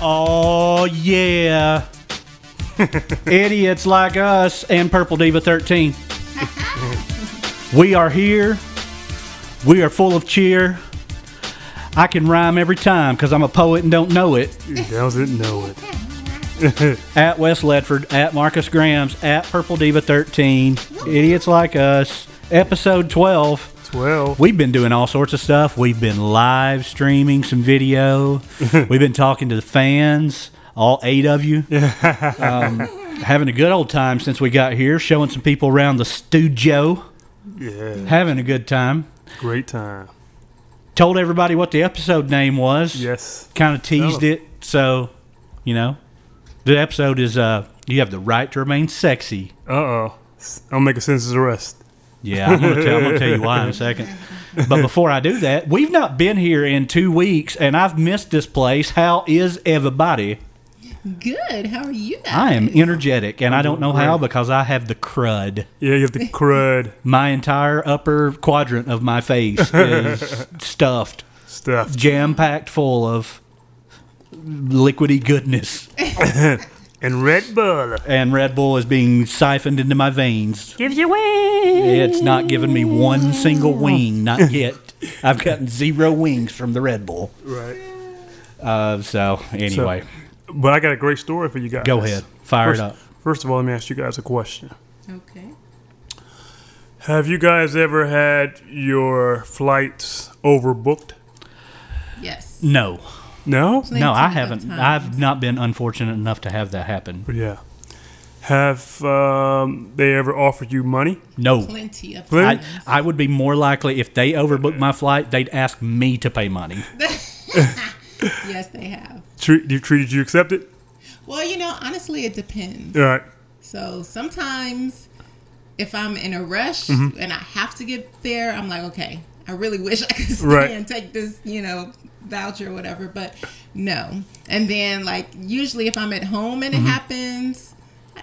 Oh, yeah. Idiots like us and Purple Diva 13. we are here. We are full of cheer. I can rhyme every time because I'm a poet and don't know it. Doesn't know it. At Wes Ledford, at Marcus Grams, at Purple Diva 13, Idiots Like Us, episode 12. Twelve. We've been doing all sorts of stuff. We've been live streaming some video. We've been talking to the fans, all eight of you. um, having a good old time since we got here, showing some people around the studio, Yeah. having a good time. Great time. Told everybody what the episode name was. Yes. Kind of teased Oh. it. So, you know, the episode is uh, You Have the Right to Remain Sexy. Uh oh. I'll make a census arrest. Yeah, I'm gonna tell I'm gonna tell you why in a second. But before I do that, we've not been here in two weeks, and I've missed this place. How is everybody? Good. How are you guys? I am energetic, and I don't know how because I have the crud. Yeah, you have the crud My entire upper quadrant of my face is stuffed, stuff. jam packed full of liquidy goodness, And Red Bull. and Red Bull is being siphoned into my veins. Gives you wings. It's not giving me one single wing, not yet. I've gotten zero wings from the Red Bull. Right. Uh, so anyway, But I got a great story for you guys. go ahead, fire First, it up. first of all, let me ask you guys a question. Okay. Have you guys ever had your flights overbooked? Yes. No, No? Plenty no, I of haven't. times. I've not been unfortunate enough to have that happen. Yeah. Have um, they ever offered you money? No, plenty of Plenty? I, times. I would be more likely if they overbooked my flight, they'd ask me to pay money. yes, they have. Treat, you treated you accepted? Well, you know, honestly, it depends. All right. So sometimes, if I'm in a rush Mm-hmm. and I have to get there, I'm like, okay, I really wish I could stay Right. and take this, you know, voucher or whatever. But no. And then, like, usually if I'm at home Mm-hmm. and it happens.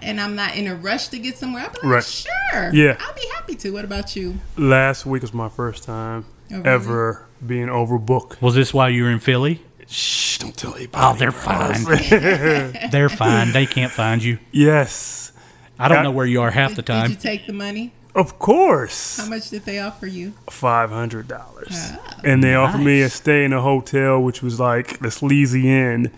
And I'm not in a rush to get somewhere. I'll be like, Right. sure. Yeah. I'll be happy to. What about you? Last week was my first time Oh, really? ever being overbooked. Was this why you were in Philly? Shh, don't tell anybody. Oh, they're fine. they're fine. They can't find you. Yes, I don't Yeah. know where you are half Did- the Did time. you take the money? of How course. much did they offer you? Five hundred dollars, Ah. and they offered me a Nice. stay in a hotel, which was like the sleazy end.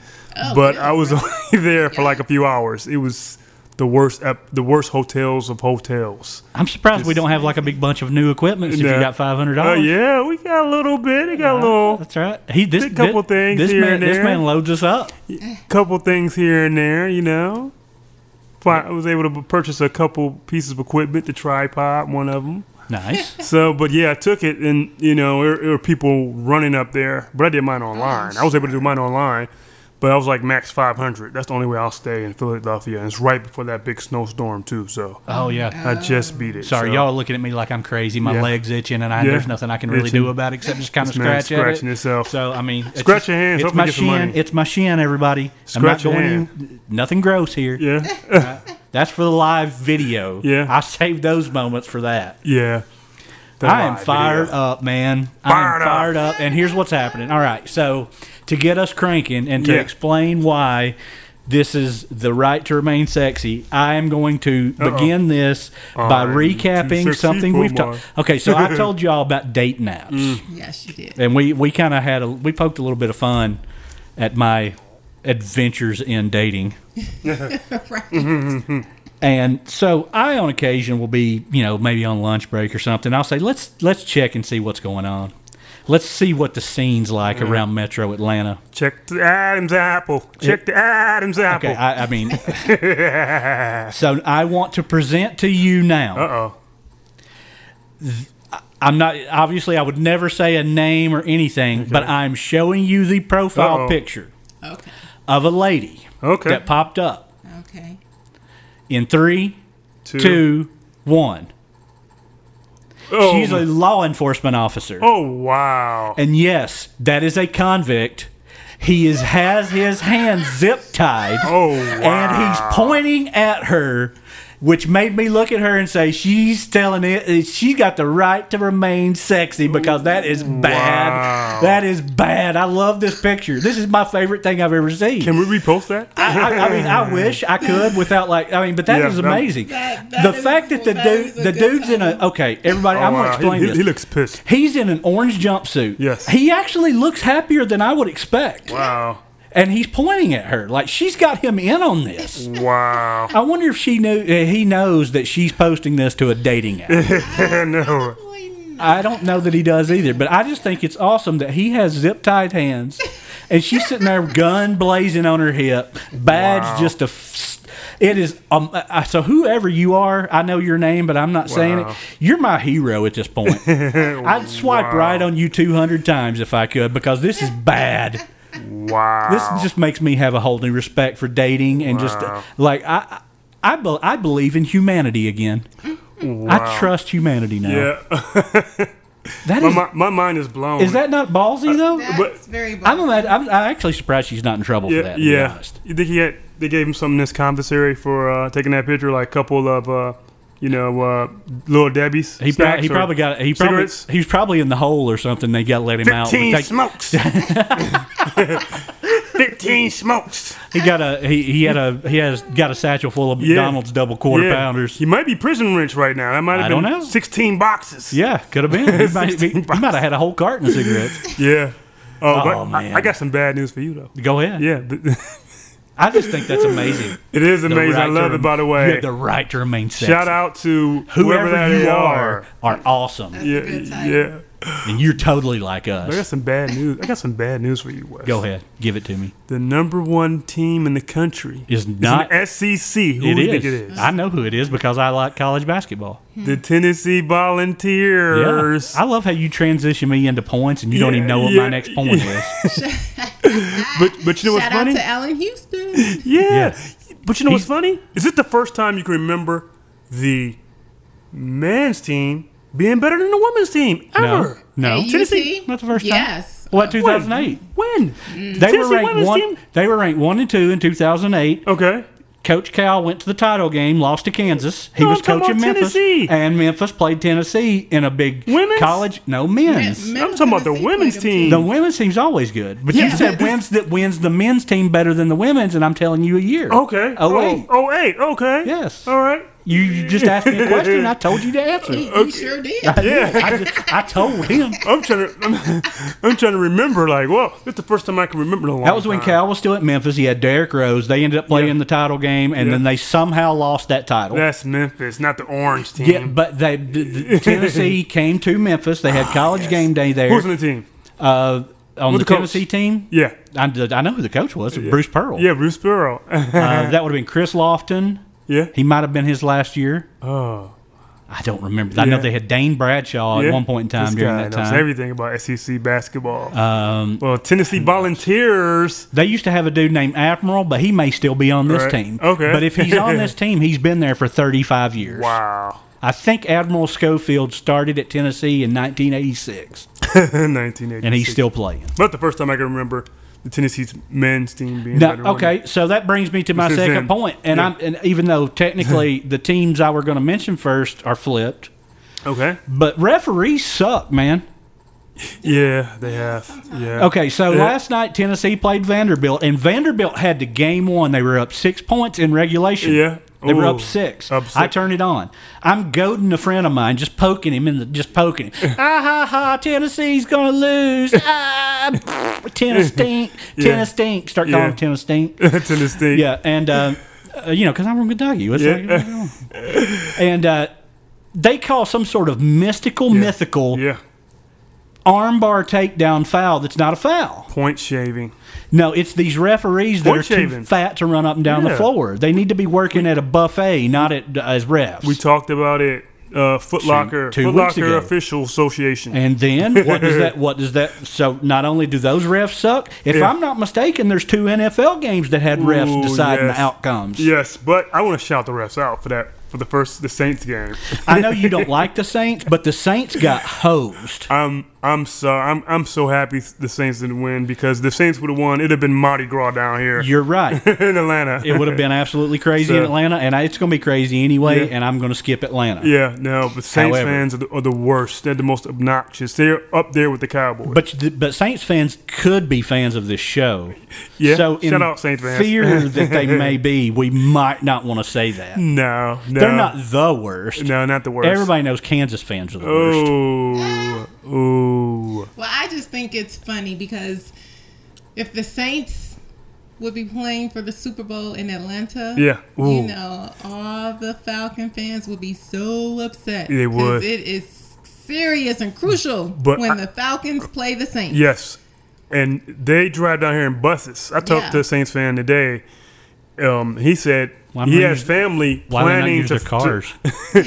but yeah, I was only there for like a few hours. It was the worst, ep- the worst hotels of hotels. I'm surprised we don't have like a big bunch of new equipment. If you No. got five hundred Oh dollars, yeah, we got a little bit. We got a little that's right. He this a couple thi- things This here man, and this there. man loads us up. couple things here and there, you know. Fi- I was able to b- purchase a couple pieces of equipment, the tripod, one of them. Nice. So, but yeah, I took it, and you know, there, there were people running up there, but I did mine online. I was able to do mine online, but I was like max 500. That's the only way I'll stay in Philadelphia, and it's right before that big snowstorm too. So Oh yeah. I just beat it. Sorry, so. y'all are looking at me like I'm crazy. My Yeah. legs itching, and I, Yeah. there's nothing I can really Itching. do about it except just kind of This man's scratch at it. scratching himself. So I mean, it's Scratch just- your hands. It's Hopefully my get some money. shin. It's my shin, everybody. Scratch I'm your not going hand. in- Nothing gross here. Yeah, That's for the live video. Yeah. I saved those moments for that. yeah. The I am live fired video. up, man. I Fired am up. fired up. And here's what's happening. All right. So, to get us cranking and to Yeah. explain why this is the right to remain sexy, I am going to begin this by I'm too recapping sexy something for we've my- talked. Okay. So, I told y'all about date naps. Mm. Yes, you did. And we, we kind of had a, we poked a little bit of fun at my adventures in dating. right. Mm-hmm. And so I, on occasion, will be, you know, maybe on lunch break or something. I'll say, let's let's check and see what's going on. Let's see what the scene's like Mm-hmm. around Metro Atlanta. Check the Adam's apple. Check the Adam's apple. Okay, I, I mean, so I want to present to you now. uh oh. I'm not obviously I would never say a name or anything, but I'm showing you the profile Uh-oh. picture Okay. of a lady Okay. that popped up Okay. in three, Two. two, one. Oh, She's a law enforcement officer. oh wow. And yes, that is a convict. He is has his hands zip tied Oh wow. and he's pointing at her which made me look at her and say, "She's telling it. She got the right to remain sexy because that is bad. Wow. That is bad. I love this picture. This is my favorite thing I've ever seen. Can we repost that? I, I, I mean, I wish I could without like. I mean, but that is Yeah, that- amazing. That- that the is fact that the cool. That dude, is a the good dude's in a title. okay. Everybody, I'm Oh, wow. gonna explain he, he- this. he looks pissed. He's in an orange jumpsuit. Yes. He actually looks happier than I would expect. Wow. And he's pointing at her like she's got him in on this. Wow. I wonder if she knew uh, he knows that she's posting this to a dating app. no. Probably not. I don't know that he does either, but I just think it's awesome that he has zip tied hands and she's sitting there gun blazing on her hip, badge Wow. just a f- it is um, uh, uh, so whoever you are, I know your name, but I'm not saying it. Wow. You're my hero at this point. I'd swipe Wow. right on you 200 times if I could because this is bad. Wow. This just makes me have a whole new respect for dating and just uh, Wow. like I, I, I, be- I believe in humanity again. I trust humanity now. yeah. That my, is, my, my mind is blown. is that not ballsy though? That's but- very I'm, bold. imma- I'm I'm actually surprised she's not in trouble for that. Yeah. To yeah. Be yeah. honest. You think he had, they gave him some this commissary for uh, taking that picture, like a couple of, uh, you know, uh, little Debbie's. He, pro- snacks he or probably got he probably, cigarettes? he was probably in the hole or something. They got to let him out. Fifteen Take- smokes. Fifteen smokes. he got a he, he had a he has got a satchel full of Yeah. McDonald's double quarter Yeah. pounders. He might be prison rich right now. That might I have don't been know. sixteen boxes. Yeah, could have been. He might, he, he might have had a whole carton of cigarettes. Yeah. Oh, but Oh, I- man. I, got some bad news for you though. Go ahead. Yeah, th- I just think that's amazing. it is The amazing. right I to love rem- it. By the You way, have the right to remain sexy. shout out to whoever, Whoever, that you is. are, are awesome, That's Yeah, a good title. yeah. and you're totally like I got us. some bad news. I got some bad news for you, Wes. Go ahead, give it to me. The number one team in the country Is not. an SEC. Who It do you think it is. is? I know who it is because I like college basketball. Mm-hmm. the Tennessee Yeah. Volunteers. I love how you transition me into points and you don't Yeah, even know what my yeah, next point is. but but you know what's Shout out funny? to Alan Houston. Yeah. But you know what's He's- funny? Is this the first time you can remember the men's team being better than the women's team No. ever? No. Hey, you Tennessee, see? Mm. Not the first time. Yes. What, When? 2008? When? They were Tennessee ranked women's one. team? They were ranked one and two in 2008. Okay. Coach Cal went to the title game, lost to Kansas. He No, was I'm talking coaching about Memphis, Tennessee. and Memphis played Tennessee in a big Women's? college. No, men's. Middle I'm talking about the Tennessee women's played team. them The women's team's always good, but you Mm. Yeah, said but- wins that wins the men's team better than the women's, and I'm telling you a year. Okay. Oh wait. Oh, oh eight. Okay. Yes. All right. You, you just asked me a question. I told you to answer. too. You sure did. Yeah. I, just, I told him. I'm trying to. I'm, I'm trying to remember. Like, well, this is the first time I can remember. in a long That was when time. Cal was still at Memphis. He had Derrick Rose. They ended up playing Yeah. the title game, and Yeah. then they somehow lost that title. That's Memphis, not the orange team. yeah, but they the, the Tennessee came to Memphis. They had college game day there. Ah, Who's on the team? uh, on the, With the coach. Tennessee team. Yeah. I, I know who the coach was. Bruce Pearl. Yeah, Bruce Pearl. Oh. Uh, that would have been Chris Lofton. yeah. He might have been his last year. oh. I don't remember. I know Yeah. they had Dane Bradshaw yeah. at one point in time This during guy that knows time. Um, everything about SEC basketball. well, Tennessee Volunteers. they used to have a dude named Admiral, but he may still be on this Right. team. Okay. But if he's on this team, he's been there for 35 years. Wow. I think Admiral Schofield started at Tennessee in 1986, 1980. and he's still playing. Not the first time I can remember the Tennessee's men's team being Now, better. than okay, so that brings me to my This is second him. point, and Yeah. I'm and even though technically the teams I were going to mention first are flipped, women. Okay. but referees suck, man. Yeah, they have. Yeah. Okay, so Yeah. last night Tennessee played Vanderbilt, and Vanderbilt had the game one. They were up six points in regulation. Yeah. They were Ooh. up six. Up six. I turned it on. I'm goading a friend of mine, just poking him in the, just poking him. ah ha ha! Tennessee's gonna lose. Ah, tennis stink. Tennis stink. Start calling Yeah. him tennis stink. Tennessee. Yeah, and uh, uh, you know, because I'm from Kentucky. It's Yeah. like, what's going on? and uh, they call some sort of mystical, mythical Yeah. armbar takedown foul that's not a foul. Point shaving. No, it's these referees that Point are too shaving. fat to run up and down the Yeah. floor. They need to be working at a buffet, not at uh, as refs. We talked about it. Uh, Foot Locker. two Foot weeks Locker ago. Official Association. and then what does that? What does that? So not only do those refs suck. If Yeah. I'm not mistaken, there's two NFL games that had refs Ooh, deciding yes. the outcomes. yes, but I want to shout the refs out for that for the first the Saints game. I know you don't like the Saints, but the Saints got hosed. I'm I'm so I'm I'm so happy the Saints didn't win because the Saints would have won. It'd have been Mardi Gras down here You're right. in Atlanta. It would have been absolutely crazy in So- Atlanta, and I- it's going to be crazy anyway. Yeah. And I'm going to skip Atlanta. Yeah, no, but Saints However- fans are the, are the worst. They're the most obnoxious. They're up there with the Cowboys. But th- but Saints fans could be fans of this show. Yeah, So in shout out Saints fans. fear that they may be, we might not want to say that. no, no, They're not the worst. No, not the worst. Everybody knows Kansas fans are the worst. Oh, oh, Well, I just think it's funny because if the Saints would be playing for the Super Bowl in Atlanta, Yeah. you Ooh. know, all the Falcon fans would be so upset. They would. 'cause It is serious and crucial But when I- the Falcons play the Saints. yes. And they drive down here in buses. I talked Yeah. to a Saints fan today. Um, he said Why don't he they has use- family Why do they not planning use to their cars? to-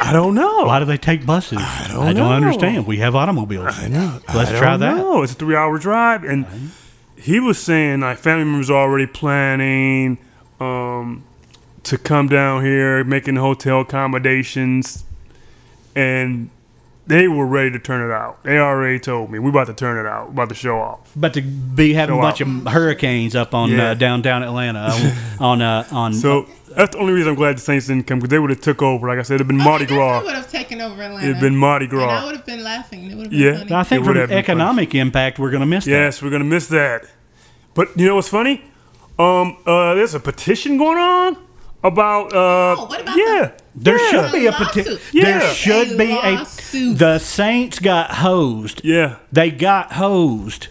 I don't know. Why do they take buses? I don't know. understand. We have automobiles. I know. Let's I try don't that. know. It's a three hour drive. And he was saying like family members are already planning um, to come down here, making hotel accommodations, and they were ready to turn it out. They already told me we about to turn it out, about to show off. But to be having a Show bunch out. of hurricanes up on Yeah. uh, downtown Atlanta uh, on uh, on So that's the only reason I'm glad the Saints didn't come because they would have took over. Like I said, it'd been Oh, Mardi they definitely Gras. would have taken over Atlanta. It'd been Mardi and I Gras. would have been laughing. It would have been Yeah. funny. I think It from would an have been fun. economic impact, we're going to miss that. Yes, we're gonna miss that. But you know what's funny? Um, uh, there's a petition going on about. Uh, Oh, what about yeah? There yeah, should be a peti- Lawsuit. There Yeah. should A be a. lawsuit. The Saints got hosed. Yeah, They got hosed.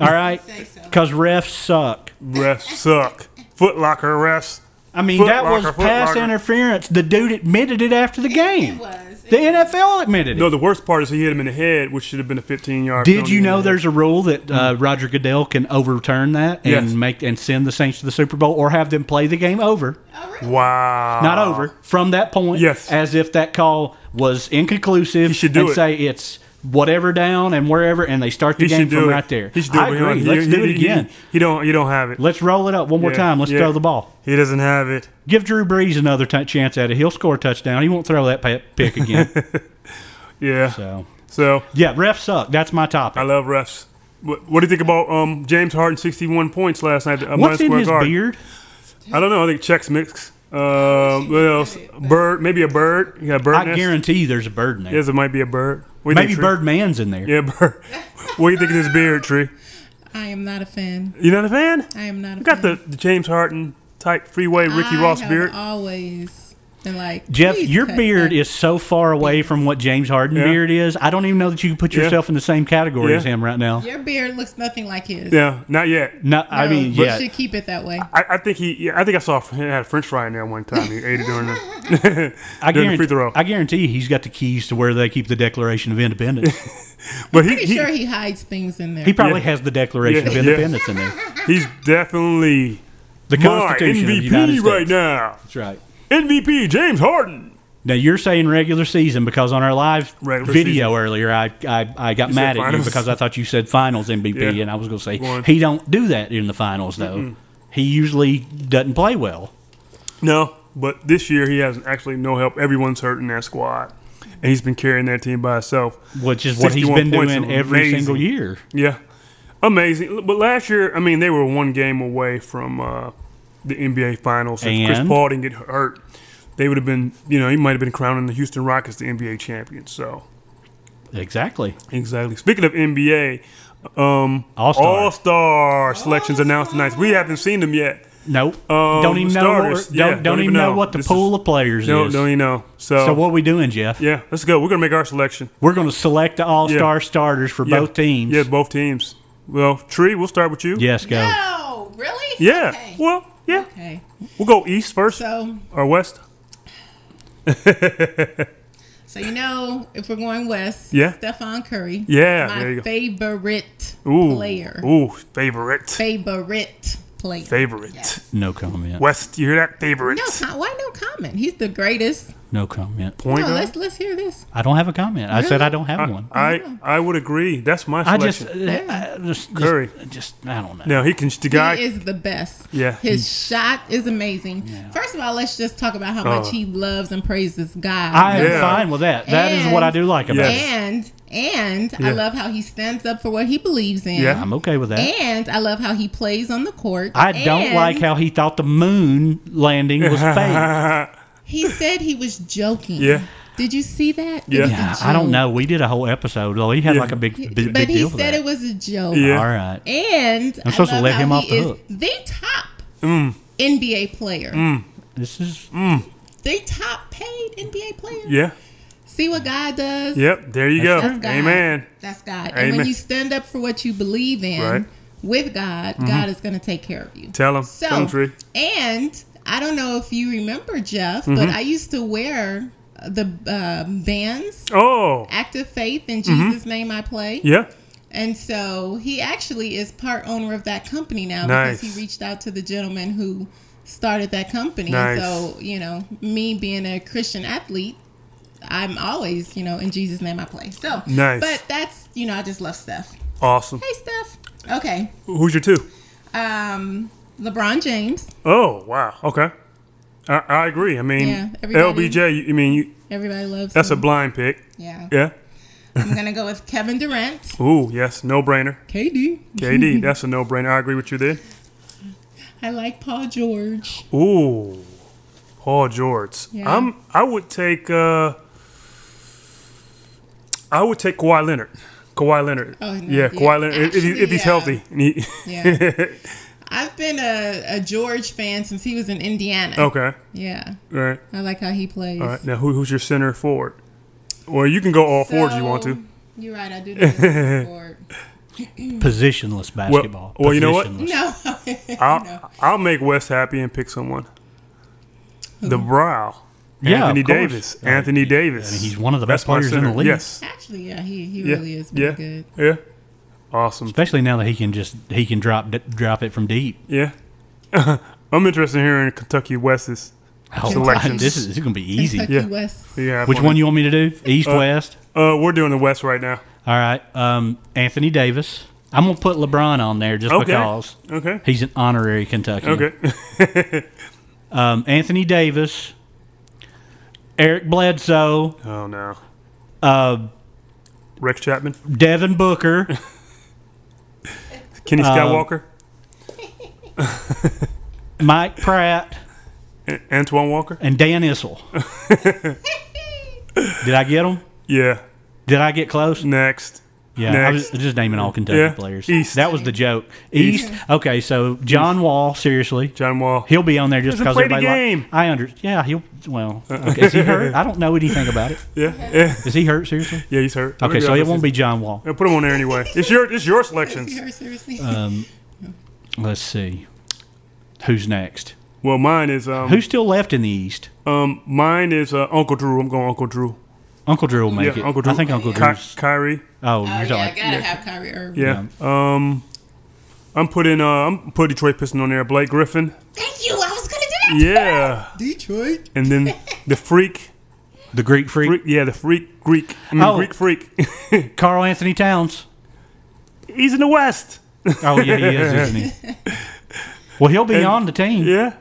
All right, Say so. because refs suck. refs suck. Foot Locker refs. I mean, Foot that Locker, was Foot pass Locker. interference. The dude admitted it after the game. was. The NFL admitted it. No, the worst part is he hit him in the head, which should have been a 15 yard. Did you know there's a rule that uh, Roger Goodell can overturn that and Yes. make and send the Saints to the Super Bowl or have them play the game over? Oh, really? Wow. Not over from that point. Ah. Yes. as if that call was inconclusive. He should do and it. Say it's whatever down and wherever, and they start the He game should do from it. right there. He should do I it. agree. He- Let's he- do it he- he- again. He, don't. You don't have it. Let's roll it up one more Yeah, time. Let's yeah. throw the ball. He doesn't have it. Give Drew Brees another t- chance at it. He'll score a touchdown. He won't throw that pa- pick again. Yeah. So, so yeah, refs suck. That's my topic. I love refs. What, what do you think about um, James Harden 61 points last night? Uh, What's in square his guard? beard? I don't know. I think checks mix. Uh, what else? Bird. Maybe a bird. You got a bird. I nest? guarantee there's a bird in there. Yes, it might be a bird. What do you Maybe think, Tree? Birdman's in there. Yeah, bird. what do you think of this beard, Tree? I am not a fan. You not a fan? I am not a You got fan. the, the James Harden type freeway Ricky I Ross have beard. always been like Jeff, "Please your cut beard that." is so far away from what James Harden Yeah. beard is. I don't even know that you can put Yeah. yourself in the same category Yeah. as him right now. Your beard looks nothing like his. Yeah, not yet. No, I mean, you yeah. should keep it that way. I, I think he. Yeah, I think I saw him had a French fry in there one time. He ate it during the, I guarantee, during the free throw. I guarantee you he's got the keys to where they keep the Declaration of Independence. but he, Pretty he sure he hides things in there. He probably Yeah. has the Declaration Yeah. of Yeah. Independence in there. he's definitely The my Constitution of the United MVP States. right now. That's right. MVP James Harden. Now you're saying regular season because on our live Regular video season. earlier, I I, I got said mad at you finals. because I thought you said finals MVP, Yeah. and I was going to say Go on. he don't do that in the finals though. He usually doesn't play well. No, but this year he has actually no help. Everyone's hurt in that squad, and he's been carrying that team by himself. which is what he's 61 been points doing is every amazing. single year. Yeah, amazing. But last year, I mean, they were one game away from uh, the NBA Finals. If And? Chris Paul didn't get hurt, they would have been. You know, he might have been crowning the Houston Rockets the NBA champions. So Exactly. exactly. Speaking of NBA, um, All-star. All-Star selections announced tonight. We haven't seen them yet. Nope. Um, don't even know. starters. what, Yeah, don't, don't even know, what the This pool of players No, is. don't you know? So, so what we doing, Jeff? yeah, let's go. We're gonna make our selection. We're going to select the All Star starters for Yeah. both teams. Yeah, both teams. Well, Tree, we'll start with you. Yes, go. no, really? Yeah. Okay. Well, yeah. okay. We'll go east first So, or west. so you know, if we're going west, Yeah. Stephon Curry. Yeah, my there you go. favorite Ooh, player. Ooh, favorite. Favorite player. favorite. Yes. No comment. West, you hear that? Favorite. No, com- why no comment? He's the greatest. No comment. Point No, guard? let's let's hear this. I don't have a comment. I said I don't have one. I I would agree. That's my I selection. just, I just, just- Curry. Just, I don't know. no, he can. The he guy. is the best. Yeah. His shot is amazing. First of all, let's just talk about how much Oh. he loves and praises God. I am Yeah. fine with that. That is what I do like about Yes. it. And And Yeah. I love how he stands up for what he believes in. Yeah. I'm okay with that. And I love how he plays on the court. I don't And like how he thought the moon landing was fake. he said he was joking. Yeah. Did you see that? Yeah. It was a Yeah, I don't joke. know. We did a whole episode though. He had Yeah. like a big, big, but big he deal for said that. it was a joke. Yeah. All right. And I'm I supposed to love let how him off he the is hook. The top NBA player. This is Mm. The top paid NBA player. Yeah. See what God does? Yep. There you go. That's God. Amen. That's God. And Amen. when you stand up for what you believe in Right. Mm-hmm. with God, God is going to take care of you. Tell him. So, Tell him, Tree. and I don't know if you remember Jeff, but Mm-hmm. I used to wear the um, bands Oh. active faith in Mm-hmm. jesus name i play Yeah. and so he actually is part owner of that company now Nice. because he reached out to the gentleman who started that company Nice. so you know me being a christian athlete i'm always you know in jesus name i play so Nice. but that's you know i just love stuff Awesome. hey steph okay Who's your two? um lebron james Oh wow. Okay. I, I agree. I mean, Yeah, everybody- Mm-hmm. LBJ. You, I mean, you, everybody loves that's a him. blind pick. yeah Yeah. i'm gonna go with kevin durant Ooh, yes, no brainer. kd KD, that's a no brainer. I agree with you there. i like paul george Ooh, Paul George. Yeah. I'm. I would take. Uh, I would take Kawhi Leonard. Kawhi Leonard. Oh, no, yeah, yeah. Kawhi Leonard. if- if, he, if Actually, he's yeah. healthy. And he- Yeah. I've been a, a George fan since he was in Indiana. okay. Yeah. All right. I like how he plays. All right. Now, who, who's your center forward? Well, you can go all forwards you want So, to. You're right. I do. know this sport. positionless basketball. well, you know what? Positionless. no. I'll, no. I'll make Wes happy and pick someone. The Brow. Yeah, of Anthony course. Davis. Anthony Davis. mean, he's one of the best That's my players in the center. league. Yes. Actually, yeah, he, he Yeah. really is yeah. pretty good. Yeah. Awesome. Especially now that he can just he can drop drop it from deep. Yeah. I'm interested in hearing Kentucky Wes's. Oh, Selections. this is, this is gonna be easy. Kentucky Yeah. West. Yeah. Which one you want me to do? East, west. Uh, we're doing the West right now. All right. Um, Anthony Davis. I'm gonna put LeBron on there just Okay. because Okay. he's an honorary Kentucky. Okay. Um, Anthony Davis. Eric Bledsoe, oh no. Uh, Rex Chapman, Devin Booker, Kenny Skywalker, Mike Pratt, Uh, A- Antoine Walker. and Dan Issel. Did I get them? Yeah. Did I get close? Next. Yeah, I was Next. just naming all Kentucky Yeah, players. East. That was the joke. East. Okay, so John Wall, seriously, John Wall. he'll be on there just Doesn't because play the everybody. game. Uh-uh. Like, I under. Yeah, he'll. Well, okay. is he hurt? I don't know anything about it. Yeah. Yeah. Is he hurt? Seriously? Yeah. He's hurt. Okay, so it won't be John Wall. Yeah, put him on there anyway. It's your it's your See selections. her, seriously? Um, Oh, Let's see. Who's next? Well, mine is um Who's still left in the East? um mine is uh, Uncle Drew. I'm going Uncle Drew. Uncle Drew will make yeah, it. Uncle Drew. I think Uncle Ky- Drew's. Kyrie. Oh, oh, you're yeah, I talking. gotta have Kyrie Irving. Yeah. Um, I'm putting uh I'm putting Detroit Piston on there. Blake Griffin. Thank you. I was gonna do that. Yeah. Detroit. and then the freak, the Greek freak, freak yeah, the freak Greek, I mean, Oh. Greek freak. Carl Anthony Towns. He's in the West. Oh yeah, he is, isn't he? Well, he'll be on the team. Yeah.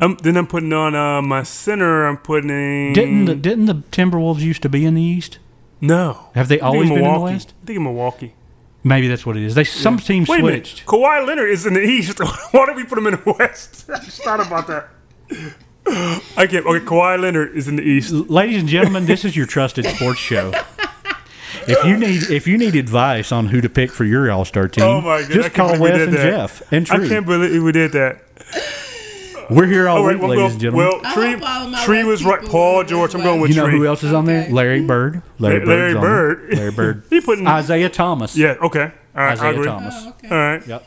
Um, then I'm putting on uh, my center. I'm putting in. Didn't the, didn't the Timberwolves used to be in the East? no? Have they I always think been in the Milwaukee. West? I think in Milwaukee. Maybe that's what it is. They some teams Wait switched. a minute. Kawhi Leonard is in the East. Why did we put him in the West? I just thought about that. I can't. Okay, Kawhi Leonard is in the East. Ladies and gentlemen, this is your trusted sports show. If you need if you need advice on who to pick for your All Star team, Oh my god! I just can't call believe we Wes did and that. Jeff and I Tree. can't believe we did that. We're here all All right, week, well, ladies well, and gentlemen. I Tree, hope all of my Tree West was right. people Paul were George. I'm going with West. you know Tree. who else is on there? Okay. Larry Bird. Larry Bird. Larry Bird. Larry Bird. He putting Isaiah Thomas. Yeah. Okay. All right. I Isaiah agree. Thomas. Oh, okay. All right. Yep.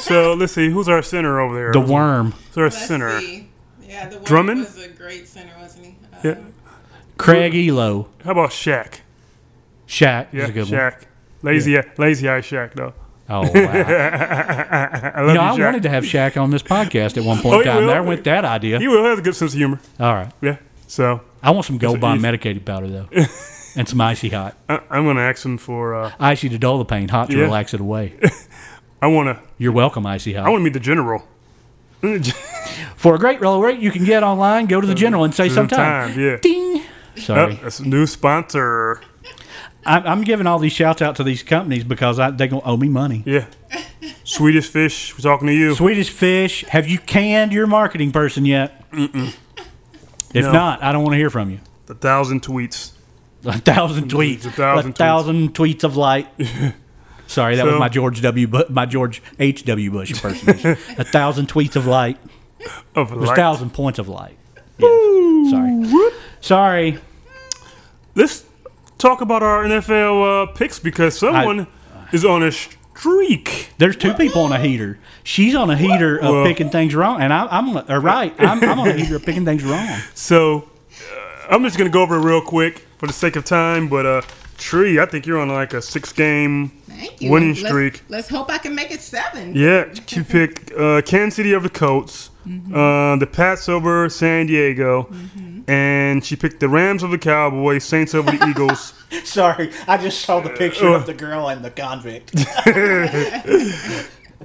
So let's see. Who's our center over there? The worm. Who's our Let's center? see. Yeah, the one Drummond? was a great center, wasn't he? Uh, Yeah. Craig Elo. How about Shaq? Shaq Yeah. is a good one. Shaq. Lazy, lazy eye Shaq though. Oh wow. I love you know, I you, Shaq. wanted to have Shaq on this podcast at one point Oh, in you time. will? There went that idea. He will have a good sense of humor. All right. Yeah. So I want some Gold it Bond easy? medicated powder though, and some icy hot, I, I'm gonna ask him for. Uh, icy to dull the pain, hot to Yeah. relax it away. I wanna. You're welcome, icy I hot. wanna meet the general. For a great roll rate, you can get online, Uh, go to the general, and say sometime. Sometime, yeah. Ding. Oh, Sorry. that's a new sponsor. I, I'm giving all these shouts out to these companies because I, they're going to owe me money. Yeah. Swedish fish. We're talking to you. Swedish Fish, have you canned your marketing person yet? Mm-mm. If No. not, I don't want to hear from you. A thousand tweets. A thousand tweets, a thousand tweets. thousand tweets. of light. Sorry, that was So- my George W. Bu- my George H. W. Bush impersonation. a thousand tweets of light. Of There's like thousand points of light. Yes. Sorry, sorry. Let's talk about our NFL uh, picks because someone is on a streak. There's two people on a heater. She's on a heater of Well- picking things wrong, and I, I'm or right. I'm, I'm on a heater of picking things wrong. So uh, I'm just gonna go over it real quick for the sake of time. But uh, Tree, I think you're on like a six-game Thank you. winning Let's- streak. Let's hope I can make it seven. Yeah, you pick uh, Kansas City over the Colts, uh, the Pats over San Diego, and she picked the Rams over the Cowboys, Saints over the Eagles. Sorry, I just saw the picture of the girl and the convict.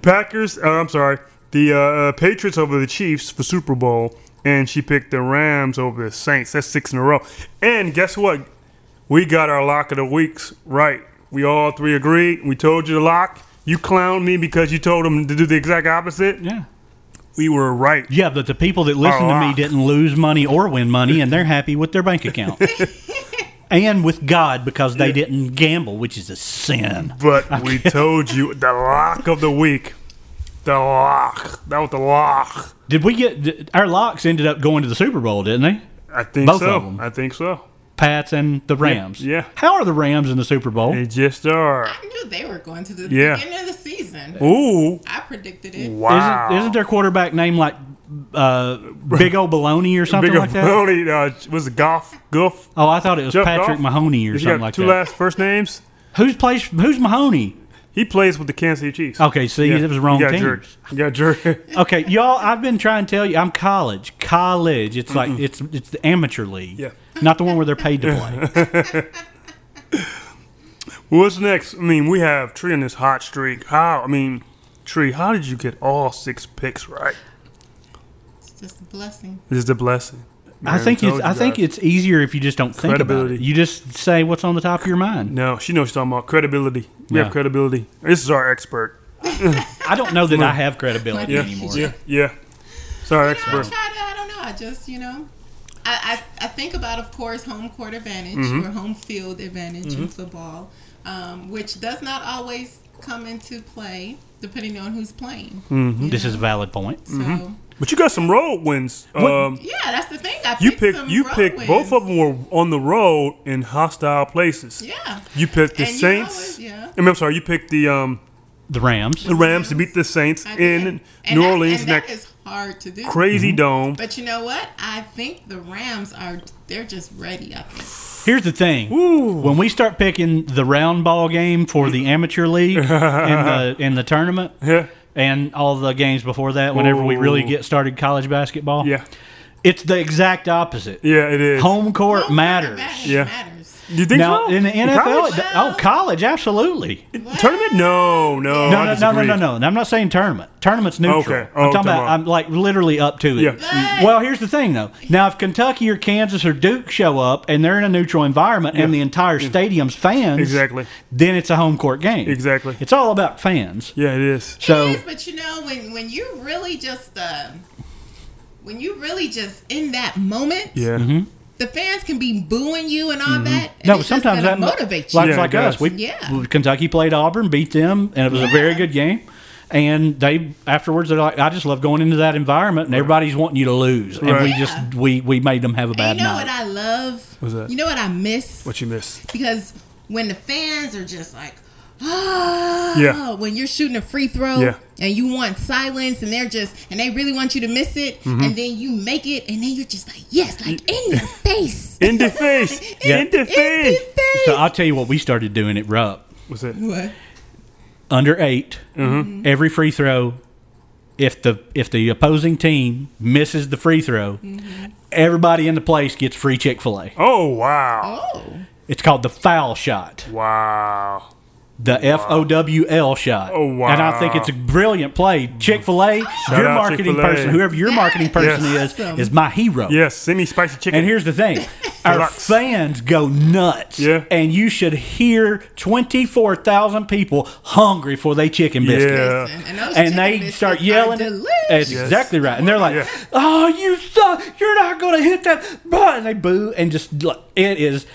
Packers. Uh, I'm sorry, the uh, Patriots over the Chiefs for Super Bowl, and she picked the Rams over the Saints. That's six in a row. And guess what? We got our lock of the weeks right. We all three agreed. We told you to lock. You clowned me because you told them to do the exact opposite. Yeah. We were right. Yeah, but the people that listen to me locked. didn't lose money or win money, and they're happy with their bank account. and with God because they didn't gamble, which is a sin. But we told you the lock of the week. The lock. That was the lock. Did we get did- our locks ended up going to the Super Bowl, didn't they? I think Both so. of 'em. I think so. Pats and the Rams. yeah. How are the Rams in the Super Bowl? They just are. I knew they were going to the Yeah. beginning of the season. Ooh. I predicted it. Wow. Isn't, isn't their quarterback name like uh, Big O Baloney or something Big like that? Mahoney, uh, was it Goff? Goof? Oh, I thought it was Jeff Patrick Goff? Mahoney or He's something got like two that. last first names. Who's plays? Who's Mahoney? He plays with the Kansas City Chiefs. Okay, see, that was wrong You got teams. jerked. You got jerked. Okay, y'all. I've been trying to tell you, I'm college. College. It's like it's it's the amateur league. Yeah. Not the one where they're paid to play. What's next? I mean, we have Tree on this hot streak. How? I mean, Tree, how did you get all six picks right? It's just a blessing. This is a blessing. I Man, think told it's you I think guys. it's easier if you just don't think about it. Credibility. You just say what's on the top of your mind. No, she knows what she's talking about credibility. We Yeah. have credibility. This is our expert. I don't know that I have credibility Yeah. anymore. Yeah, yeah. It's our You know, I expert. try to, I don't know. I just, you know, I, I, I think about, of course, home court advantage Mm-hmm. or home field advantage in football, um, which does not always come into play depending on who's playing. Mm-hmm. you This know? is a valid point. So, But you got some road wins. Um, yeah, that's the thing. I you picked picked some you road picked both wins. of them were on the road in hostile places. Yeah. You picked the And you Saints. always- yeah. I mean, I'm sorry. You picked the um, The Rams. the Rams to beat the Saints I did. in And New that's- Orleans. And Next that is hard to do. crazy Mhm. dome. But you know what? I think the Rams are, they're just ready. I think. Here's the thing. When we start picking the round ball game for the amateur league and the in the tournament Yeah. and all the games before that, whenever we really Ooh. get started college basketball, Yeah, it's the exact opposite. yeah, it is. Home court Home matters. advantage Yeah. matters. You think Now so? in the NFL, college? it d- oh, college, absolutely. tournament? No, No, no, Oh, I no, no, no, disagree. no, no. And I'm not saying tournament. Tournament's neutral. Okay. I'm Oh, talking come about. on. I'm like literally up to it. Yeah. But- Well, here's the thing though. Now, if Kentucky or Kansas or Duke show up and they're in a neutral environment and the entire stadium's fans, Exactly. then it's a home court game. Exactly. It's all about fans. Yeah, it is. So It is, but you know, when when you really just uh, when you really just in that moment, Yeah. Mm-hmm. Mm-hmm. the fans can be booing you and all that. And no, but it's just sometimes gonna that motivates like, you. Yeah, it like does. us. We, Yeah. Kentucky played Auburn, beat them, and it was a very good game. And they afterwards they're like, I just love going into that environment, and everybody's wanting you to lose, and we Right. just we we made them have a bad And you know night. what I love? What's that? You know what I miss? What you miss? Because when the fans are just like. Oh, Yeah. when you're shooting a free throw Yeah. and you want silence and they're just and they really want you to miss it Mm-hmm. and then you make it and then you're just like yes like in your face In the face. Yeah. In the in face. your face So I'll tell you what we started doing at Rupp. What's it? What? Under 8 Mm-hmm. every free throw. If the if the opposing team misses the free throw, Mm-hmm. everybody in the place gets free Chick Fil A. Oh wow! oh It's called the foul shot, Oh, Wow! the F O W L shot. Oh, wow. And I think it's a brilliant play. Chick Fil A, your out marketing Chick-fil-A. person, whoever your marketing person Yes. is, is my hero. Yes, send me spicy chicken. And here's the thing. Our Rocks. fans go nuts. Yeah. And you should hear 24,000 people hungry for their chicken biscuit. Yeah. Listen, and And those chicken they biscuits start are yelling. That's Yes. delicious. exactly right. And they're like, Yeah. "Oh, you suck! You're not gonna hit that!" But and they boo and just look. It is.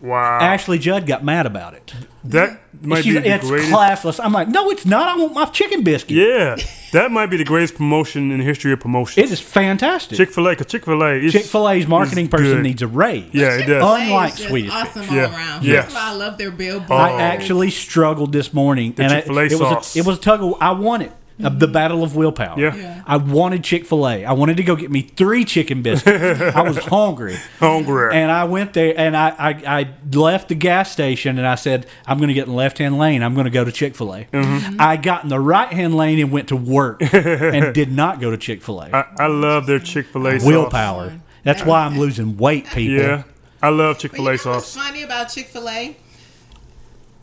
Wow. Ashley Judd got mad about it. that might She's- be the it's greatest. classless. I'm like, no, it's not. I want my chicken biscuit. yeah, that might be the greatest promotion in the history of promotion. It is fantastic. Chick Fil A, cause Chick Fil A, Chick Fil A's marketing person needs a raise. Yeah, it does. Oh, Chick-fil-A is Unlike just Swedish awesome all Yeah. around. Yes. That's why I love their billboard. I actually struggled this morning, and I, Oh. Chick-fil-A it was sauce. a, it was a tug. Of, I won it. Uh, The battle of willpower. Yeah. Yeah. I wanted Chick Fil A. I wanted to go get me three chicken biscuits. I was hungry, hungry. and I went there, and I, I, I left the gas station, and I said, "I'm going to get in the left hand lane. I'm going to go to Chick Fil A." Mm-hmm. I got in the right hand lane and went to work, and did not go to Chick Fil A. I, I love their Chick Fil A sauce. Willpower. That's why I'm losing weight, people. Yeah, I love Chick But you Fil know A what's sauce. funny about Chick Fil A?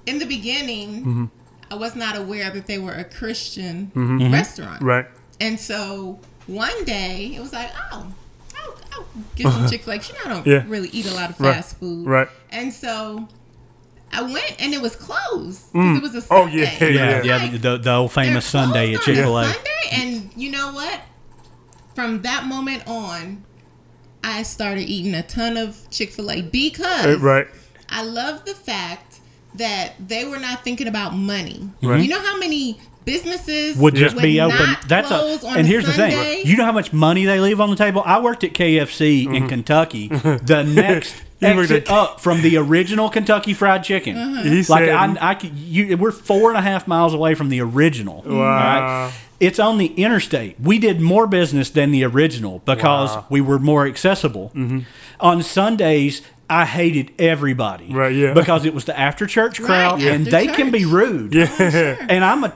In the beginning, Mm-hmm. I was not aware that they were a Christian restaurant. Mm-hmm. Right. And so one day it was like, oh, I'll, I'll get some Chick Fil A. You know, I don't Yeah. really eat a lot of Right. fast food. Right. And so I went and it was closed 'cause it was a Oh, Sunday. yeah, Yeah, Yeah. yeah, the, the old They're famous Sunday at closed on Chick Fil A. Sunday, and you know what? From that moment on, I started eating a ton of Chick Fil A Uh, because Right. I love the fact that they were not thinking about money. Right. You know how many businesses Would just be not open. That's close a. on And a here's the Sunday? thing. You know how much money they leave on the table. I worked at KFC in Kentucky. The next Mm-hmm. You worked exit at- up from the original Kentucky Fried Chicken. Uh-huh. He Like said, I, I could, you, we're four and a half miles away from the original. Wow. It's on the interstate. We did more business than the original because we were more accessible. Mm-hmm. On Sundays, I hated everybody. Right, yeah. Because it was the after church crowd, after and they can be church. rude. Yeah. Oh, And I'm a.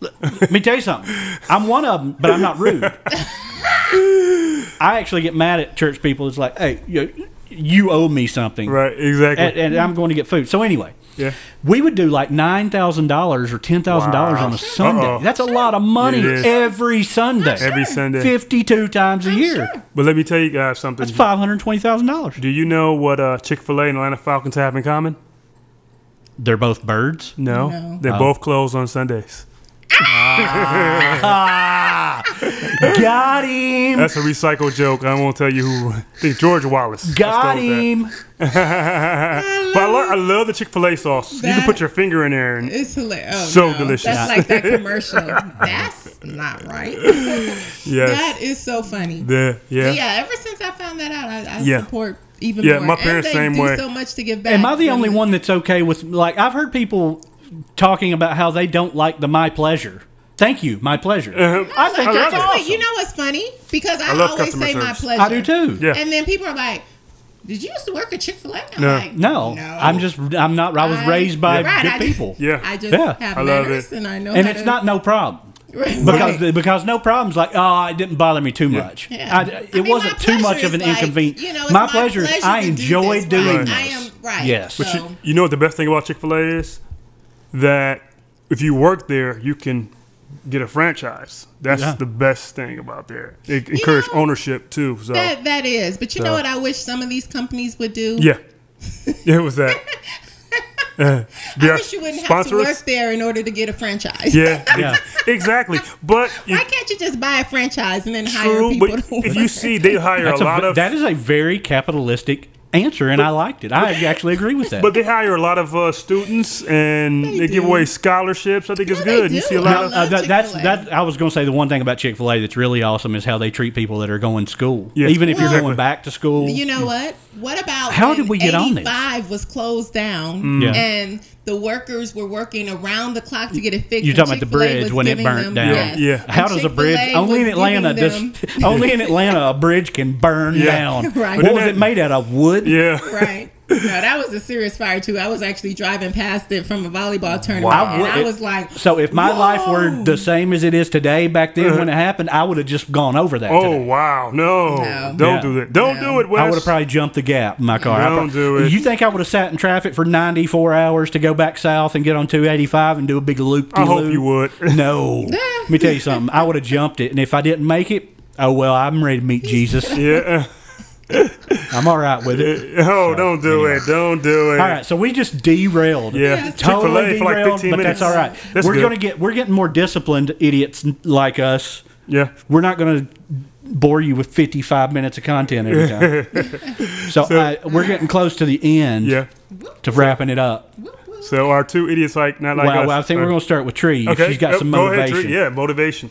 Let me tell you something. I'm one of them, but I'm not rude. I actually get mad at church people. It's like, hey, you, you owe me something right, exactly. and, and I'm going to get food. So anyway, Yeah. we would do like nine thousand dollars or ten thousand dollars Wow. on a Sure. Sunday. Uh-oh. That's a lot of money It is. every Sunday, Every Sunday. fifty-two times a year. sure. but let me tell you guys something. That's five hundred twenty thousand dollars. Do you know what uh, Chick Fil A and Atlanta Falcons have in common? They're both birds. No, No. they're Oh. both closed on Sundays. Got him. That's a recycled joke. I won't tell you who. I think George Wallace. Got stole that. him. But I, lo- I love the Chick Fil A sauce. you can That- put your finger in there, and It's hilarious. Oh, So no. delicious. That's like that commercial. That's not right. yes, That is so funny. the, yeah, But yeah, ever since I found that out, I, I Yeah. support even Yeah, more. my parents and they same do way. so much to give back. Am I the only Really. one that's okay with like I've heard people talking about how they don't like the my pleasure. Thank you, my pleasure. Uh-huh. I think I that's love it. awesome. Wait, you know what's funny? Because I, love always customer say my service. pleasure. I do too. Yeah. And then people are like, "Did you used to work at Chick Fil A?" I'm No. like, No, I'm just I'm not. I was I- raised by Right, good I just- people. Yeah. I just Yeah. have I love manners it. and I know. and how it's to- not no problem Right. because Right. because no problems like oh it didn't bother me too much. Yeah. I, I it mean, my wasn't too pleasure much of is an like, inconvenience. you know, it's my, my pleasure is pleasure I to do enjoy this, right? doing I this. am- right. Yes. But You- So- You know what the best thing about Chick Fil A is that if you work there, you can get a franchise. That's Yeah. the best thing about there. It encourages know, ownership too. So that that is. But you So- know what? I wish some of these companies would do. yeah, yeah, it was that. Uh, I yeah, wish you wouldn't have to sponsor us? work there in order to get a franchise. Yeah, Yeah. exactly. But you, Why can't you just buy a franchise and then hire true. people But to work? if you see, they hire That's a a lot ve- of that is a very capitalistic answer, and I liked it. I actually agree with that. But they hire a lot of uh, students and they, give do. away scholarships. I think it's they good. You do. see a I lot Now, of uh, that, that's Chick-fil-A. that. I was going to say the one thing about Chick Fil A that's really awesome is how they treat people that are going to school, Yeah. even if you're Well- going back to school. You know what? What about How when did we get on this? Mm. 85 was closed down, Yeah. and the workers were working around the clock to get it fixed. You're talking and about the Chick-fil-A bridge was when it giving burnt them- down. yes. Yeah. How And does a bridge? Chick-fil-A Only in was Atlanta, giving this, them- only in Atlanta, a bridge can burn Yeah. down. Right. What But was then it made out of? Wood. yeah. right. No, that was a serious fire too. I was actually driving past it from a volleyball tournament, Wow. and I It- was like, So if my "Whoa." life were the same as it is today, back then when it happened, I would have just gone over that. Uh-huh. Oh today. wow! No, No. don't Yeah. do that. Don't No. do it, Wes. I would have probably jumped the gap in my car. I Don't prob- do it. You think I would have sat in traffic for 94 hours to go back south and get on 285 and do a big loop? I hope you would. No. Let me tell you something. I would have jumped it, and if I didn't make it, oh well. I'm ready to meet Jesus. yeah, I'm all right with it. Oh, don't do it. Don't do it. All right, so we just derailed. totally Yeah. Chick-fil-A derailed, for like 15 but minutes. that's all right. That's we're good. gonna get we're getting more disciplined idiots like us. Yeah. We're not gonna bore you with 55 minutes of content every time. so I, we're getting close to the end. Yeah. To wrapping it up. Whoop, whoop. So our two idiots like not like wow, us. well, I think we're Uh, gonna start with Tree. if She's got Yep, some Oh, go motivation. Ahead, Tree. yeah, motivation.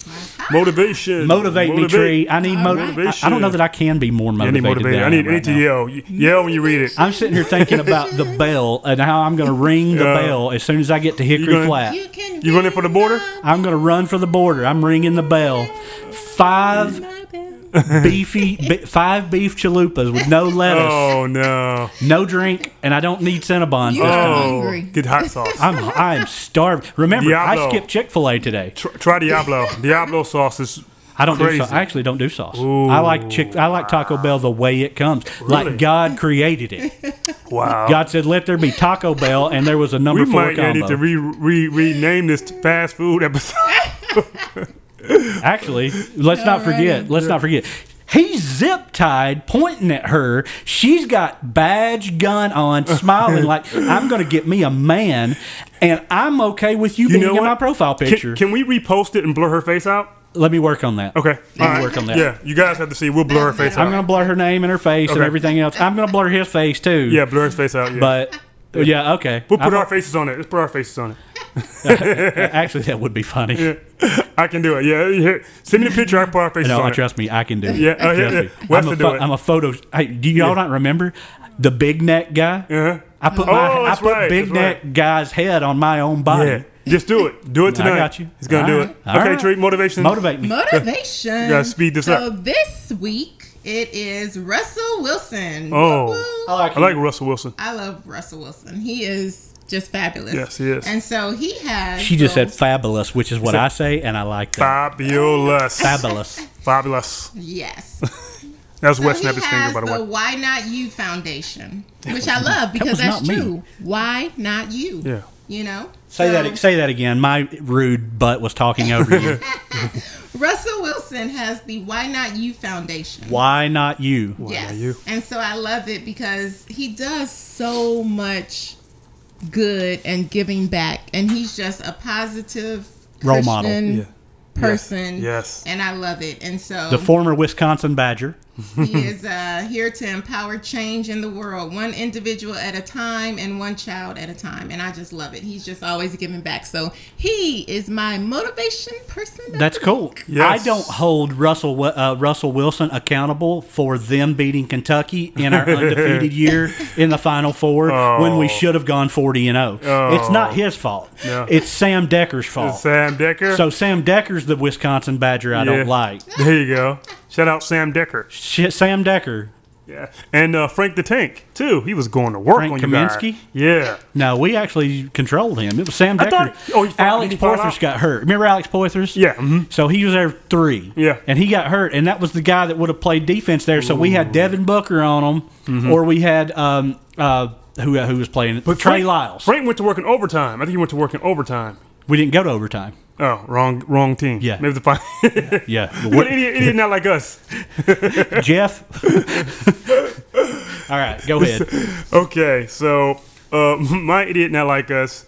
Motivation. Motivate me, Tree. I need All right. motivation. I don't know that I can be more I need motivated. motivation. than I need, am I need right to now. yell. Y- Yell when you read it. I'm sitting here thinking about the bell and how I'm going to ring the Yeah. bell as soon as I get to Hickory gonna- Flat. You can. You running for the border? I'm going to run for the border. I'm ringing the bell. Five beefy, be, five beef chalupas with no lettuce, Oh no. no drink, and I don't need Cinnabon. You- I'm Oh, hungry. get hot sauce. I'm starved. Remember, I Diablo. skipped Chick Fil A today. Tr- Try Diablo. Diablo sauce is. I don't do. Crazy. Sa- I actually don't do sauce. I like Chick. I like Taco Bell the way it comes, like Really? God created it. Wow. God said, "Let there be Taco Bell," and there was a number we four might combo. need to re- re- rename this fast food episode. Actually, let's not Alrighty. forget. Let's not forget. He's zip tied, pointing at her. She's got badge gun on, smiling like I'm going to get me a man, and I'm okay with you, You being know in what? my profile Can- picture. Can, we repost it and blur her face out? Let me work on that. Okay. Let me work on that. Yeah, you guys have to see. We'll blur her face I'm out. going to blur her name and her face and Okay. everything else. I'm going to blur his face too. Yeah, blur his face out. Yeah. but. Yeah, okay. we'll put I'm- our faces on it. Let's put our faces on it. actually, that would be funny. I can do it. Yeah, yeah. send me the picture. I can put our faces No, on I it. trust me, I can do it. Yeah, oh, yeah, Trust yeah. me. Wes I'm, a will do it. I'm a photo. Hey, do y'all not remember the big neck guy? Uh-huh. I put Oh, my I that's put right, big that's neck guy's head on my own body. Yeah, just do it. Do it I tonight. got you. He's gonna All do right. it. All okay, right. Tree. Motivation. Motivate me. Motivation. You gotta speed this so up. this week it is Russell Wilson. Oh. Woo-hoo. like I like Russell Wilson. I love Russell Wilson. He is just fabulous. Yes, he is. And so he has. She just said those- fabulous, which is what I say, and I like that. Fabulous. Fabulous. Fabulous. Yes. That's So Wes he Snap his finger, has by the way. Why Not You Foundation, which I love was because not that's me. true. Why not you? Yeah. You know? Say So- that. Say that again. My rude butt was talking over you. Russell Wilson has the Why Not You Foundation. Why not you? Yes. you? And so I love it because he does so much good and giving back. And he's just a positive Role model. Christian Yeah. person. Yes. And I love it. And so The former Wisconsin Badger. he is uh, here to empower change in the world, one individual at a time and one child at a time. And I just love it. He's just always giving back. So he is my motivation person. of That's the cool. Yes. I don't hold Russell Wi- uh, Russell Wilson accountable for them beating Kentucky in our undefeated year in the Final Four when Oh. we should have gone forty and zero. It's not his fault. No. It's Sam Decker's fault. Oh. Sam Decker. So Sam Decker's the Wisconsin Badger I Yeah. don't like. There you go. Shout out Sam Decker. Shit, Sam Decker. Yeah. And uh, Frank the Tank too. He was going to work Frank on you guys. Kaminsky? Yeah. No, we actually controlled him. It was Sam Decker. thought- oh, you thought- Alex you thought Porthos I- got hurt. Remember Alex Porthos? Yeah, mhm. So he was there three. Yeah. And he got hurt, and that was the guy that would have played defense there. So we had Devin Booker on him, or we had um uh who who was playing but Trey Frank- Lyles. Frank went to work in overtime. I think he went to work in overtime. we didn't go to overtime. Oh, wrong, wrong team. Yeah. Maybe the fine. Yeah. But what what- idiot, idiot, not like us. Jeff. All right, go ahead. Okay, so uh, my idiot not like us.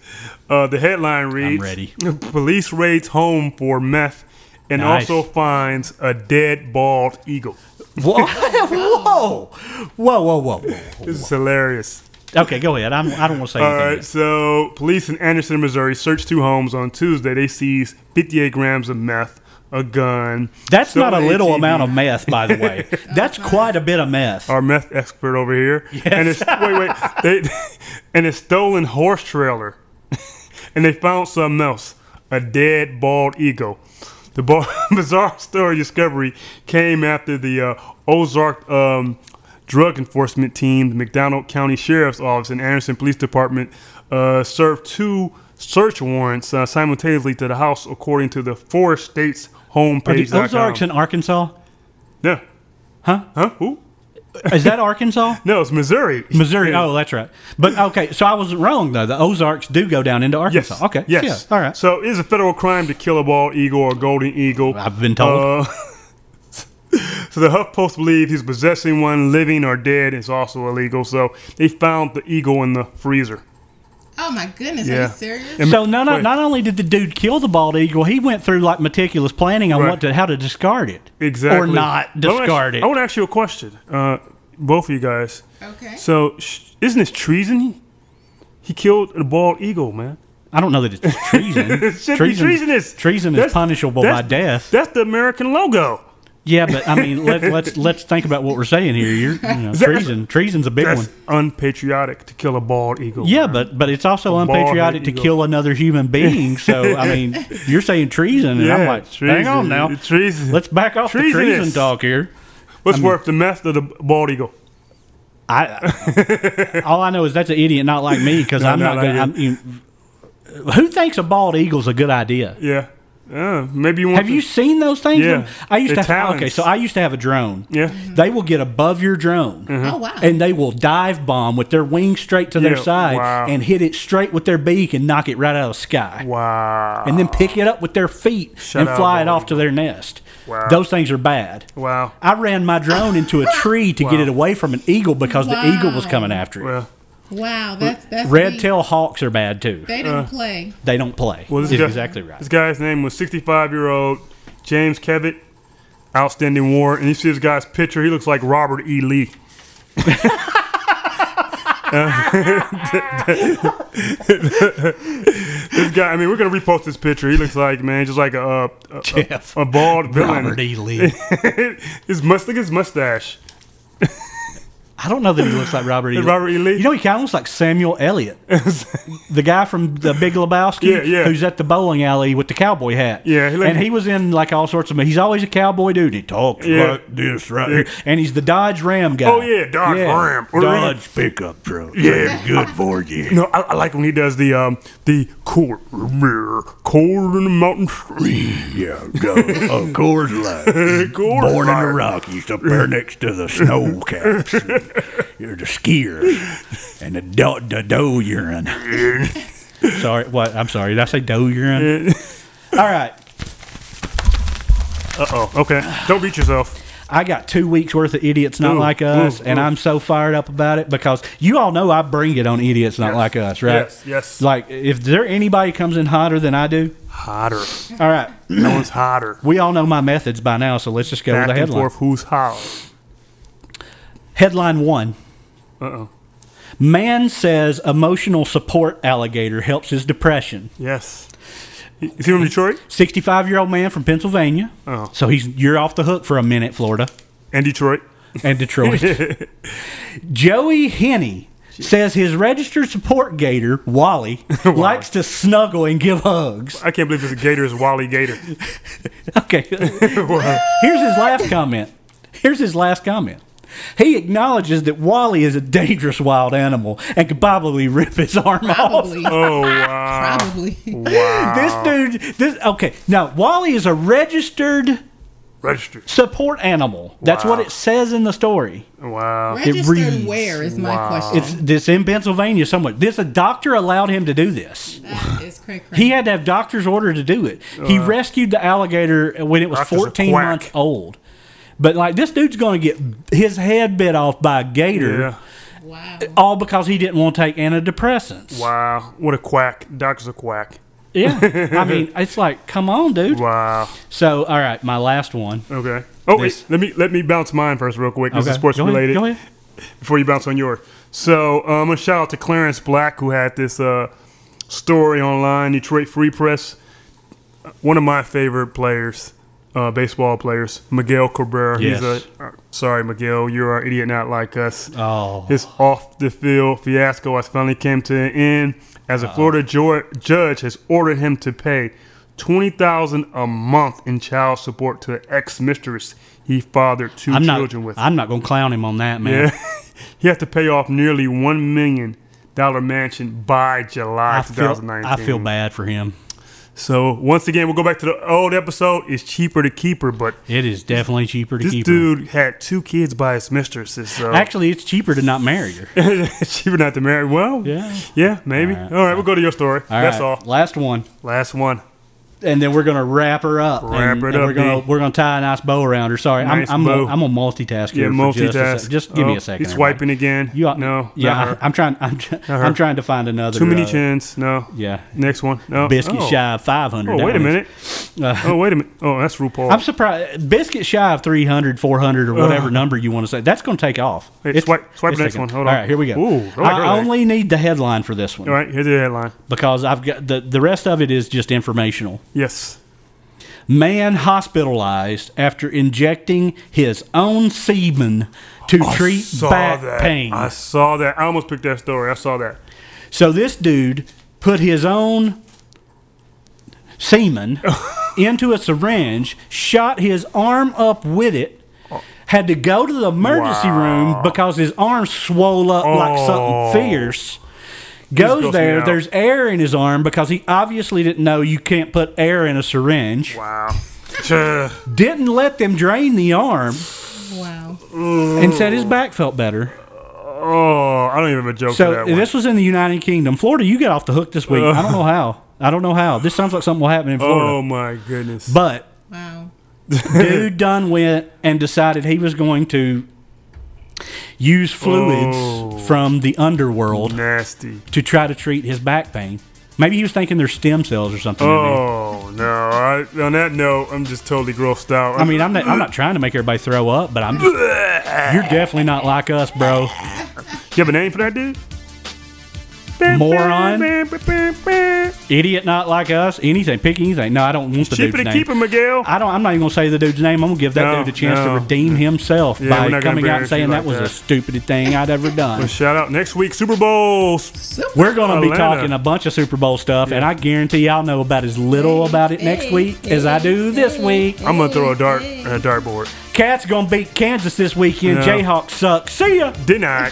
Uh, the headline reads: ready. Police raids home for meth and Nice. also finds a dead bald eagle. Whoa, whoa, whoa, whoa, whoa, whoa. This is hilarious. Okay, go ahead. I'm, I don't want to say All anything. right, so police in Anderson, Missouri, searched two homes on Tuesday. They seized 58 grams of meth, a gun. That's some not a little ATV. amount of meth, by the way. That's quite a bit of meth. Our meth expert over here. And it's wait, wait. They, and a stolen horse trailer. and they found something else. A dead bald eagle. The bar- bizarre story discovery came after the uh, Ozark um, drug enforcement team, the McDonald County Sheriff's Office, and Anderson Police Department uh, served two search warrants uh, simultaneously to the house, according to the four states Are homepage. the Ozarks in Arkansas? yeah. Huh? Huh? Who? Is that Arkansas? No, it's Missouri. Missouri. Yeah. Oh, that's right. But okay, so I was wrong though. The Ozarks do go down into Arkansas. Yes. Okay. Yes. Yeah. All right. So it is a federal crime to kill a bald eagle or golden eagle. I've been told. Uh, So the HuffPost believes he's possessing one, living or dead, is also illegal. So they found the eagle in the freezer. Oh my goodness, are Yeah. you serious? And- So not, Wait. not only did the dude kill the bald eagle, he went through like meticulous planning on Right. what to how to discard it Exactly. or not I wanna discard ask- it. I want to ask you a question, uh, both of you guys. Okay. So sh- isn't this treason? He killed a bald eagle, man. I don't know that it's treason. It should Treason's- be treasonous. treason is punishable that's- by death. That's the American logo. Yeah, but I mean, let, let's let's think about what we're saying here. You're, you know, treason. Treason's a big That's one. unpatriotic to kill a bald eagle. Yeah, man. but but it's also A bald-headed unpatriotic to eagle. kill another human being. So I mean, you're saying treason, and I'm Yeah, like, hang treason, on now, treason. Let's back off the Treasonous. treason talk here. What's worth the meth or the bald eagle? I all I know is that's an idiot not like me because No, I'm not not gonna. I'm, like you, who thinks a bald eagle's a good idea? Yeah. Uh, maybe you want. Have to, you seen those things? Yeah. I used They're to have, okay, talons. so I used to have a drone. Yeah. Uh-huh. They will get above your drone. uh, Oh wow. And they will dive bomb with their wings straight to their Yeah, side wow. and hit it straight with their beak and knock it right out of the sky. Wow. And then pick it up with their feet Shut and up, fly it boy. off to their nest. Wow. Those things are bad. wow. I ran my drone into a tree to get it away from an eagle because the eagle was Wow. coming after it. Well, wow, that's that's Red deep. tail uh, hawks are bad too. They don't play. They don't play. well, this That's guy- exactly right. This guy's name was 65-year-old James Kevitt, outstanding war. And you see this guy's picture. He looks like Robert E. Lee. this guy. I mean, we're gonna repost this picture. He looks like man, just like a a, a- Jeff. a bald villain. Robert E. Lee. his must look at his mustache. I don't know that he looks like Robert E. Lee. Robert E. Lee? You know, he kind of looks like Samuel Elliott, the guy from The Big Lebowski, Yeah, yeah. who's at the bowling alley with the cowboy hat. Yeah, he look- and he was in like all sorts of. He's always a cowboy dude. He talks Yeah. like this right Yeah. here, and he's the Dodge Ram guy. Oh, yeah, Dodge Ram. Or- Dodge pickup truck. Yeah. good for you. No, I, I like when he does the um the cold cold in the mountain stream. Yeah, go, of course, like Cold born in the fire. Rockies, up there next to the snow caps. You're the skier and the do- the doe urine. Sorry, what? I'm sorry. Did I say doe urine? all right, Oh, okay. Don't beat yourself. I got two weeks worth of idiots not Ooh, like us, ooh, and ooh. I'm so fired up about it because you all know I bring it on idiots not like us, right? Yes, yes. Like if there anybody comes in hotter than I do, Hotter. all right. No one's hotter. We all know my methods by now, so let's just go to Back the and headline. forth. Who's hotter? Headline one: Uh oh. Man says emotional support alligator helps his depression. Yes. Is he from Detroit? 65 year old man from Pennsylvania. Oh. So he's you're off the hook for a minute, Florida And Detroit. and Detroit. Joey Henney says his registered support gator, Wally, likes to snuggle and give hugs. I can't believe this gator is Wally Gator. Okay. Here's his last comment. Here's his last comment. He acknowledges that Wally is a dangerous wild animal and could probably rip his arm Probably. off. Oh wow. Probably. Wow. This dude, this okay. Now Wally is a registered Registered. support animal. That's what Wow. it says in the story. Wow. reads. Registered where is my Wow. question. It's Uh-huh. this in Pennsylvania somewhere. This a doctor allowed him to do this. that is cray cray. He had to have doctor's order to do it. He rescued the alligator when it was Uh. Doctor's a 14 quack. months old. But like this dude's going to get his head bit off by a gator, Yeah. wow. all because he didn't want to take antidepressants. Wow. What a quack. Doc's a quack. Yeah, I mean, it's like, come on, dude. Wow. So, all right, my last one. Okay. Oh This- wait. Let me let me bounce mine first real quick. This Okay, is sports go ahead, related. go ahead. before you bounce on yours. So um, I'm gonna shout out to Clarence Black who had this uh, story online, Detroit Free Press. One of my favorite players, uh, baseball players, Miguel Cabrera. Yes. He's a uh, sorry, Miguel, you're our idiot not like us. Oh. His off the field fiasco has finally came to an end as a Florida jo- judge has ordered him to pay twenty thousand a month in child support to the ex mistress he fathered 2 I'm not. children with. I'm not going to clown him on that, man. Yeah. he has to pay off nearly one million dollar mansion by July I feel. 2019. I feel bad for him. So once again, we'll go back to the old episode. It's cheaper to keep her, but It is definitely cheaper to this keep. her. dude had two kids by his mistresses. So Actually, it's cheaper to not marry her. she would not to marry. Well, Yeah. yeah, maybe. All All right. right, we'll go to your story. All That's right, all. Last one. Last one. and then we're gonna wrap her up. Wrap and, it and up, We're gonna D. we're gonna tie a nice bow around her. Sorry, Nice I'm I'm bow. Gonna, I'm gonna multitask Yeah, here. for just a multitask. sec. Just, give me Oh, a second. He's everybody. swiping again. You ought- no. not Yeah, her. I, am trying. I'm, try, her. I'm trying to find another. Too many uh, chins. No. Yeah. Next one. No. Biscuit oh. shy of 500. Oh That wait a means- minute. oh wait a minute. Oh that's RuPaul. I'm surprised. Biscuit shy of 300, 400, or whatever number you want to say. That's going to take off. Wait, Uh. swipe- swipe it's the next taken. one. Hold All on. right, here we go. Ooh, I like her I leg. only need the headline for this one All right. Here's the headline. because I've got the, the rest of it is just informational. Yes. Man hospitalized after injecting his own semen to treat Saw back that. pain. I saw that. I almost picked that story. I saw that. So this dude put his own semen into a syringe, shot his arm up with it, had to go to the emergency room because his arm swole up like Oh. something fierce. grossing Goes me there, out. there's air in his arm because he obviously didn't know you can't put air in a syringe. Wow. Tuh. Didn't let them drain the arm Wow. and said his back felt better. oh, I don't even have a joke for So that one. this was in the United Kingdom. Florida, you got off the hook this week. I don't know how. I don't know how. This sounds like something will happen in Florida. oh my goodness. But Wow. dude done went and decided he was going to use fluids Oh. from the underworld Nasty. to try to treat his back pain. Maybe he was thinking there's stem cells or something. in there. Oh no! I, on that note, I'm just totally grossed out. I mean, I'm not, I'm not trying to make everybody throw up, but I'm just, you're definitely not like us, bro. you have a name for that dude? Moron. Idiot, not like us. Anything, pick anything. No, I don't want the dude's Cheaper to name. keep him, Miguel. I don't. I'm not even gonna say the dude's name. I'm gonna give that No, dude a chance no. to redeem himself Yeah, we're by not gonna coming out and embarrass you saying like that was that. the stupidest thing I'd ever done. Shout out next week Super Bowl. We're gonna be Atlanta. talking a bunch of Super Bowl stuff, and I guarantee y'all know about as little about it next week as I do this week. I'm gonna throw a dart at a dartboard. Cats gonna beat Kansas this weekend. No. Jayhawks suck. See ya. Denied.